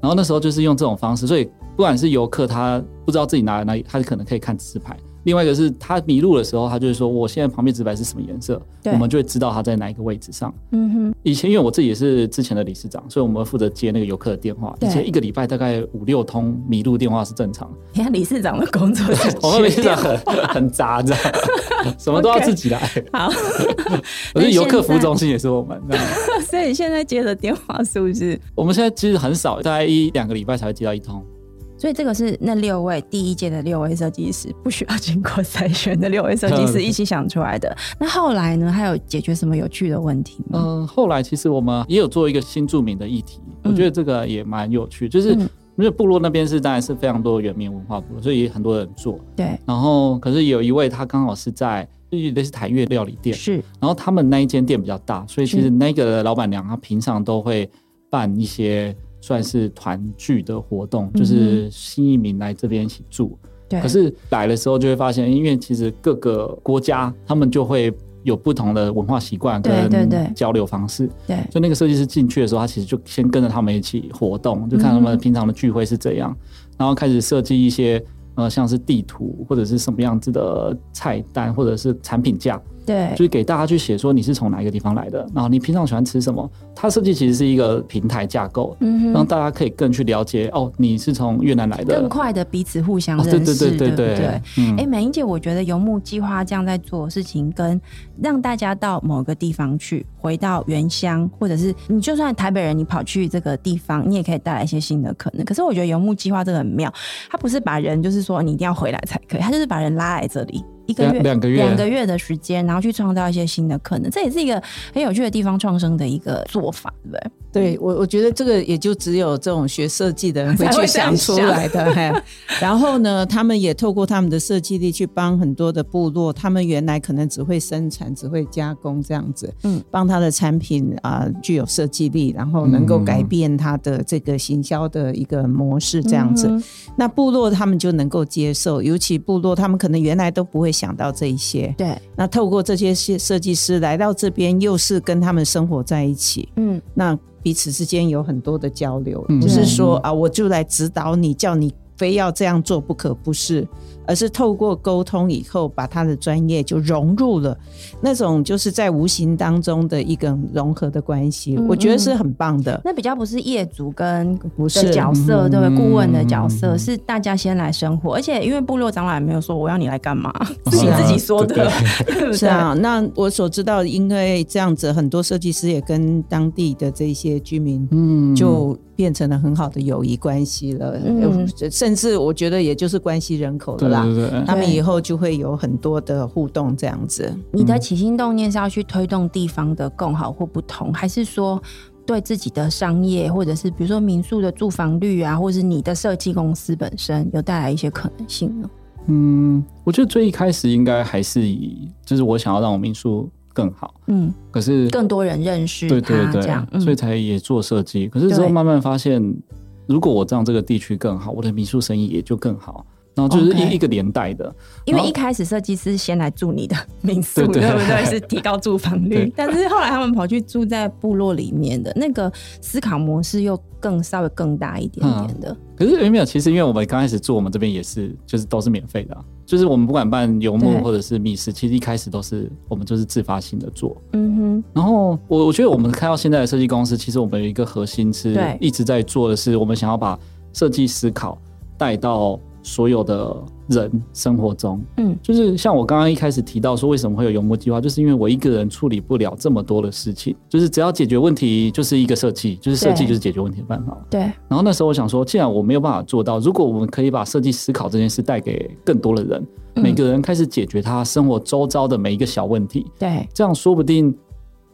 Speaker 1: 然后那时候就是用这种方式，所以不管是游客他不知道自己哪里哪里，他可能可以看指示牌；，另外一个是他迷路的时候，他就是说我现在旁边指示牌是什么颜色，
Speaker 3: 对
Speaker 1: 我们就会知道他在哪一个位置上。
Speaker 3: 嗯哼，
Speaker 1: 以前因为我自己也是之前的理事长，所以我们负责接那个游客的电话。
Speaker 3: 对
Speaker 1: 以前一个礼拜大概五六通迷路电话是正常的，
Speaker 3: 你看理事长的工作
Speaker 1: 我哦们理事长很很杂，你知道吗， 什么都要自己来。
Speaker 3: 好，
Speaker 1: 可是游客
Speaker 3: 那现在
Speaker 1: 服务中心也是我们这样。
Speaker 3: 所以现在接的电话是不是？
Speaker 1: 我们现在其实很少，大概一两个礼拜才会接到一通。
Speaker 3: 所以这个是那六位第一届的六位设计师，不需要经过筛选的六位设计师一起想出来的。那后来呢？还有解决什么有趣的问题吗？
Speaker 1: 嗯，后来其实我们也有做一个新著名的议题，
Speaker 3: 嗯
Speaker 1: 我觉得这个也蛮有趣，就是
Speaker 3: 嗯
Speaker 1: 因为部落那边是当然是非常多原民文化部落，所以很多人做。
Speaker 3: 对，
Speaker 1: 然后可是有一位他刚好是在就是类似台粤料理店，
Speaker 3: 是
Speaker 1: 然后他们那一间店比较大，所以其
Speaker 3: 是
Speaker 1: 实那个老板娘她平常都会办一些算是团聚的活
Speaker 3: 嗯
Speaker 1: 动，就是新移民来这边一起住。
Speaker 3: 对。
Speaker 1: 可是来的时候就会发现，因为其实各个国家他们就会有不同的文化习惯
Speaker 3: 对对对
Speaker 1: 跟交流方式，
Speaker 3: 对
Speaker 1: 所以那个设计师进去的时候，他其实就先跟着他们一起活动，就看他们平常的聚会是怎样，然后开始设计一些呃像是地图或者是什么样子的菜单或者是产品架，
Speaker 3: 对
Speaker 1: 就，是给大家去写说你是从哪一个地方来的，然后你平常喜欢吃什么。它设计其实是一个平台架构，
Speaker 3: 嗯
Speaker 1: 让
Speaker 3: 哼，
Speaker 1: 大家可以更去了解哦，你是从越南来的
Speaker 3: 更。快的彼此互相
Speaker 1: 哦，对
Speaker 3: 认
Speaker 1: 对
Speaker 3: 识，
Speaker 1: 对对
Speaker 3: 不对？
Speaker 1: 嗯
Speaker 3: 哎，，美英姐，我觉得游牧计划这样在做的事情，跟让大家到某个地方去，回到原乡，或者是你就算台北人，你跑去这个地方，你也可以带来一些新的可能。可是我觉得游牧计划这个很妙，它不是把人就是说你一定要回来才可以，它就是把人拉来这里。一个
Speaker 1: 两
Speaker 3: 月、
Speaker 1: 两个月
Speaker 3: 两个月的时间，然后去创造一些新的可能，这也是一个很有趣的地方创生的一个做法，对不对？
Speaker 4: 对我，我觉得这个也就只有这种学设计的人会
Speaker 3: 才
Speaker 4: 去
Speaker 3: 会这样
Speaker 4: 想出来的。 嘿，然后呢，他们也透过他们的设计力去帮很多的部落，他们原来可能只会生产、只会加工这样子，
Speaker 3: 嗯
Speaker 4: 嗯，帮他的产品啊、具有设计力，然后能够
Speaker 1: 嗯
Speaker 4: 改变他的这个行销的一个模式这样子。
Speaker 3: 嗯哼
Speaker 4: 那部落他们就能够接受，尤其部落他们可能原来都不会想到这一些，
Speaker 3: 对，
Speaker 4: 那透过这些设设计师来到这边，又是跟他们生活在一起，
Speaker 3: 嗯，
Speaker 4: 那彼此之间有很多的交流，
Speaker 1: 嗯
Speaker 4: 不是
Speaker 3: 对
Speaker 4: 说啊，我就来指导你，叫你非要这样做不可，不是，而是透过沟通以后，把他的专业就融入了，那种就是在无形当中的一个融合的关系，
Speaker 3: 嗯
Speaker 4: 我觉得
Speaker 3: 嗯
Speaker 4: 是很棒的，
Speaker 3: 那比较不是业主跟
Speaker 4: 不
Speaker 3: 的
Speaker 4: 是
Speaker 3: 角色，对不对？
Speaker 1: 嗯
Speaker 3: 顾问的角色
Speaker 1: 嗯
Speaker 3: 是大家先来生活，而且因为部落长老也没有说我要你来干嘛，
Speaker 1: 嗯
Speaker 3: 是你
Speaker 4: 啊
Speaker 3: 自己说的，
Speaker 1: 对
Speaker 3: 对不对
Speaker 4: 是啊，那我所知道，因为这样子，很多设计师也跟当地的这些居民
Speaker 1: 嗯，
Speaker 4: 就变成了很好的友谊关系了，
Speaker 3: 嗯
Speaker 4: 呃甚至我觉得也就是关系人口了
Speaker 1: 对
Speaker 4: 啦。
Speaker 1: 对对，嗯
Speaker 4: 他们以后就会有很多的互动，这样子。
Speaker 3: 你
Speaker 1: 嗯
Speaker 3: 的起心动念是要去推动地方的更好或不同，还是说对自己的商业，或者是比如说民宿的住房率啊，或者是你的设计公司本身有带来一些可能性呢？
Speaker 1: 嗯，我觉得最一开始应该还是以，就是我想要让我民宿更好，
Speaker 3: 嗯，
Speaker 1: 可是
Speaker 3: 更多人认识
Speaker 1: 对对
Speaker 3: 它
Speaker 1: 对
Speaker 3: 这样，，嗯
Speaker 1: 所以才也做设计。可是之后
Speaker 3: 对
Speaker 1: 慢慢发现，如果我让这个地区更好，我的民宿生意也就更好。然后就是
Speaker 3: OK
Speaker 1: 一一个连带的，
Speaker 3: 因为一开始设计师先来住你的民宿，
Speaker 1: 对对
Speaker 3: 不对？是提高住房率
Speaker 1: 对，
Speaker 3: 但是后来他们跑去住在部落里面的那个思考模式又更稍微更大一点点的，
Speaker 1: 可是没有，其实因为我们刚开始做，我们这边也是，就是都是免费的啊、就是我们不管办游
Speaker 3: 对
Speaker 1: 牧或者是密室，其实一开始都是我们就是自发性的做。
Speaker 3: 嗯
Speaker 1: 然后我我觉得我们看到现在的设计公司，其实我们有一个核心是
Speaker 3: 对
Speaker 1: 一直在做的是，我们想要把设计思考带到所有的人生活中。
Speaker 3: 嗯，
Speaker 1: 就是像我刚刚一开始提到说，为什么会有游牧计划，就是因为我一个人处理不了这么多的事情，就是只要解决问题就是一个设计，就是设计
Speaker 3: 对
Speaker 1: 就是解决问题的办法。
Speaker 3: 哼，对，
Speaker 1: 然后那时候我想说，既然我没有办法做到，如果我们可以把设计思考这件事带给更多的人，
Speaker 3: 嗯
Speaker 1: 每个人开始解决他生活周遭的每一个小问题，
Speaker 3: 对，
Speaker 1: 这样说不定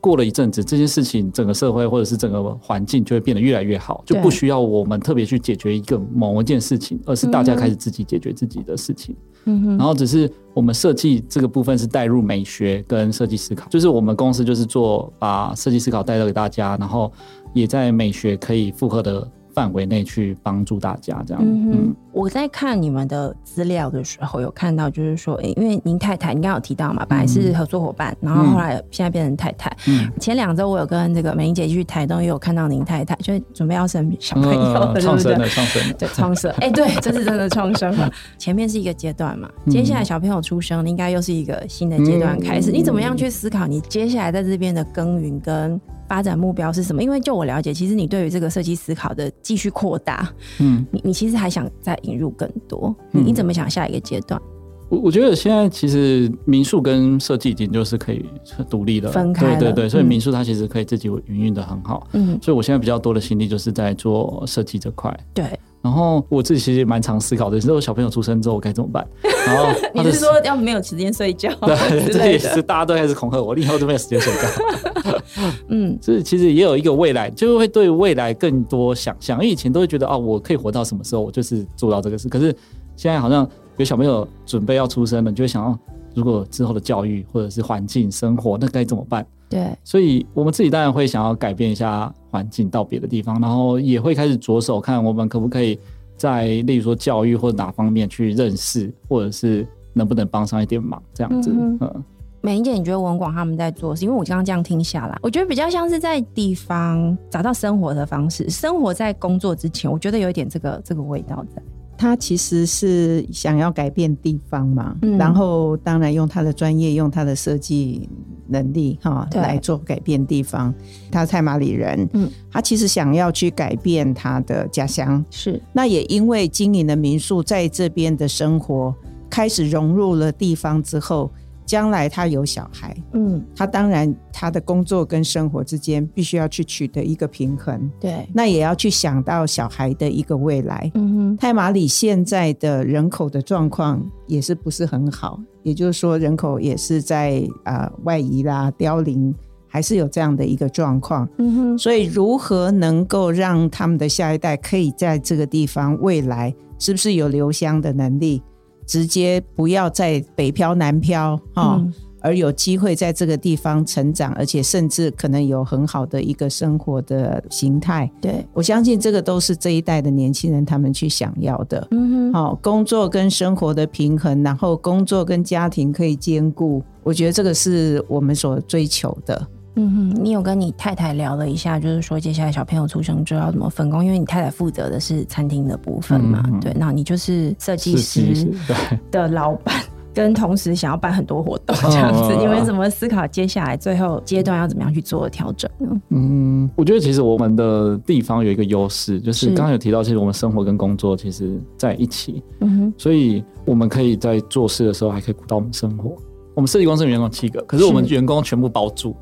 Speaker 1: 过了一阵子，这件事情整个社会或者是整个环境就会变得越来越好，就
Speaker 3: 对
Speaker 1: 不需要我们特别去解决一个某一件事情，而是大家开始自己解决自己的事情。
Speaker 3: 嗯哼，
Speaker 1: 然后只是我们设计这个部分是带入美学跟设计思考，就是我们公司就是做把设计思考带到给大家，然后也在美学可以负荷的范围内去帮助大家这样。嗯
Speaker 3: 嗯哼，我在看你们的资料的时候，有看到就是说，诶因为您太太，你刚刚有提到嘛，本来是合作伙伴，然后后来现在变成太太。
Speaker 1: 嗯，
Speaker 3: 前两周我有跟这个美玲姐去台东，也有看到您太太，就是准备要生小 朋友了，
Speaker 1: 呃
Speaker 3: 哎对不
Speaker 1: 创
Speaker 3: 对
Speaker 1: 生？的创生的，
Speaker 3: 对，创伤，哎、对，这是真的创伤嘛。前面是一个阶段嘛，接下来小朋友出生，应该又是一个新的阶段开始。
Speaker 1: 嗯嗯
Speaker 3: 你怎么样去思考你接下来在这边的耕耘跟发展目标是什么？因为就我了解，其实你对于这个设计思考的继续扩大，
Speaker 1: 嗯。
Speaker 3: 你你其实还想再引入更多。你
Speaker 1: 嗯
Speaker 3: 你怎么想下一个阶段？
Speaker 1: 我我觉得现在其实民宿跟设计已经就是可以独立了，
Speaker 3: 分开了
Speaker 1: 对对对，所以
Speaker 3: 嗯
Speaker 1: 民宿它其实可以自己营运的很好。
Speaker 3: 嗯，
Speaker 1: 所以我现在比较多的心力就是在做设计这块。
Speaker 3: 对，然
Speaker 1: 然后我自己其实也蛮常思考的，就是我小朋友出生之后我该怎么办？然 后他
Speaker 3: 后
Speaker 1: 的
Speaker 3: 你是说要没有时间睡觉
Speaker 1: 对，
Speaker 3: 之
Speaker 1: 这也
Speaker 3: 类的？
Speaker 1: 是大家都开始恐吓我，你以后都没有时间睡觉。
Speaker 3: 嗯，
Speaker 1: 所以其实也有一个未来，就会对未来更多想象。因为以前都会觉得啊，我可以活到什么时候，我就是做到这个事。可是现在好像有小朋友准备要出生了，你就会想哦，如果之后的教育或者是环境生活，那该怎么办？
Speaker 3: 对，
Speaker 1: 所以我们自己当然会想要改变一下环境，到别的地方，然后也会开始着手看我们可不可以在呃例如说教育或哪方面去认识，或者是能不能帮上一点忙这样子。
Speaker 3: 嗯
Speaker 1: 嗯
Speaker 3: 美玲姐，你觉得文广他们在做的事，因为我刚刚这样听下来，我觉得比较像是在地方找到生活的方式，生活在工作之前，我觉得有一点这个这个味道在。
Speaker 4: 他其实是想要改变地方嘛，
Speaker 3: 嗯
Speaker 4: 然后当然用他的专业，用他的设计能力哈
Speaker 3: 对
Speaker 4: 来做改变地方。他是泰马里人，
Speaker 3: 嗯
Speaker 4: 嗯，他其实想要去改变他的家乡，
Speaker 3: 是，
Speaker 4: 那也因为经营的民宿在这边的生活开始融入了地方之后，将来他有小孩，
Speaker 3: 嗯，
Speaker 4: 他当然他的工作跟生活之间必须要去取得一个平衡，
Speaker 3: 对，
Speaker 4: 那也要去想到小孩的一个未来。
Speaker 3: 嗯哼，
Speaker 4: 泰马里现在的人口的状况也是不是很好，也就是说人口也是在啊、呃外移啦、凋零还是有这样的一个状况。
Speaker 3: 嗯哼，
Speaker 4: 所以，如何能够让他们的下一代可以在这个地方未来是不是有留乡的能力，直接不要再北漂南漂哈、
Speaker 3: 嗯
Speaker 4: 而有机会在这个地方成长，而且甚至可能有很好的一个生活的形态。
Speaker 3: 对，
Speaker 4: 我相信这个都是这一代的年轻人他们去想要的。
Speaker 3: 嗯哼，
Speaker 4: 好、工作跟生活的平衡，然后工作跟家庭可以兼顾，我觉得这个是我们所追求的。
Speaker 3: 嗯哼，你有跟你太太聊了一下，就是说接下来小朋友出生之后要怎么分工，因为你太太负责的是餐厅的部分嘛，
Speaker 1: 嗯嗯
Speaker 3: 对，那你就是设计
Speaker 1: 是是是
Speaker 3: 师，
Speaker 1: 对，
Speaker 3: 的老板。跟同时想要办很多活动这样子，
Speaker 1: 嗯
Speaker 3: 你们怎么思考接下来最后阶段要怎么样去做调整呢？
Speaker 1: 嗯，我觉得其实我们的地方有一个优势，就是
Speaker 3: 是
Speaker 1: 刚刚有提到，其实我们生活跟工作其实在一起，
Speaker 3: 嗯
Speaker 1: 所以我们可以在做事的时候还可以顾到我们生活。我们设计公司员工七个，可是我们
Speaker 3: 是
Speaker 1: 员工全部包住，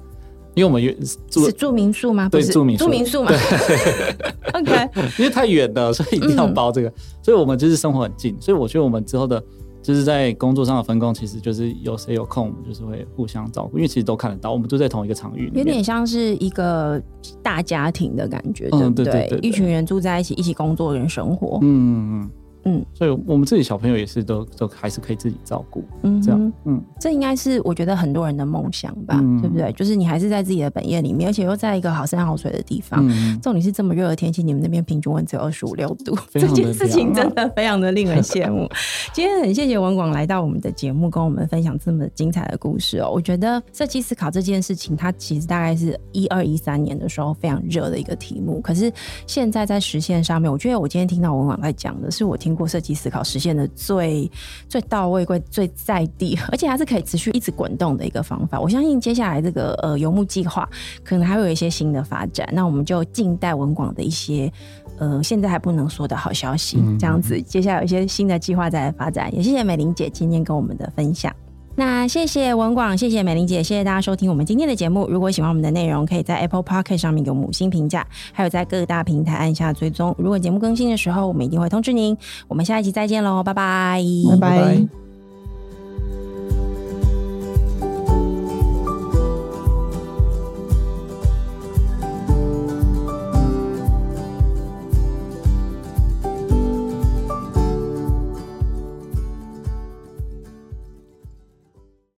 Speaker 1: 因为 我们原
Speaker 3: 哼，
Speaker 1: 住
Speaker 3: 是住民宿吗？
Speaker 1: 对
Speaker 3: 不是
Speaker 1: 住民宿
Speaker 3: 住民宿嘛。OK，
Speaker 1: 因为太远了，所以一定要包这个。所以我们就是生活很近，所以我觉得我们之后的就是在工作上的分工，其实就是有谁有空，我们就是会互相照顾，因为其实都看得到，我们都在同一个场域里面
Speaker 3: 有点。像是一个大家庭的感觉，
Speaker 1: 嗯
Speaker 3: 对不
Speaker 1: 对对对对
Speaker 3: 一群人住在一起，一起工作，人生活。
Speaker 1: 嗯
Speaker 3: 嗯
Speaker 1: 嗯，所以我们自己小朋友也是都都还是可以自己照顾，
Speaker 3: 嗯哼
Speaker 1: 这样，嗯，
Speaker 3: 这应该是我觉得很多人的梦想吧，
Speaker 1: 嗯
Speaker 3: 对不对？就是你还是在自己的本业里面，而且又在一个好山好水的地方，
Speaker 1: 嗯，
Speaker 3: 重点是这么热的天气，你们那边平均温只有二十五六 度，
Speaker 1: 非
Speaker 3: 这
Speaker 1: 常的
Speaker 3: 件事情真的非常的令人羡 慕。今天很谢谢文广来到我们的节目，跟我们分享这么精彩的故事哦。我觉得设计思考这件事情，它其实大概是一二一三年的时候非常热的一个题目，可是现在在实现上面，我觉得我今天听到文广在讲的是我听过设计思考实现的最最到位、最最在地，而且它是可以持续一直滚动的一个方法。我相信接下来这个呃游牧计划可能还会有一些新的发展。那我们就静待文广的一些呃现在还不能说的好消息，
Speaker 1: 嗯
Speaker 3: 这样子接下来有一些新的计划再来发展。也谢谢美玲姐今天跟我们的分享。那谢谢文广，谢谢美玲姐，谢谢大家收听我们今天的节目。如果喜欢我们的内容，可以在 Apple p o c k e t 上面给我们五星评价，还有在各大平台按下追踪。如果节目更新的时候，我们一定会通知您。我们下一集再见喽，拜拜，
Speaker 4: 拜拜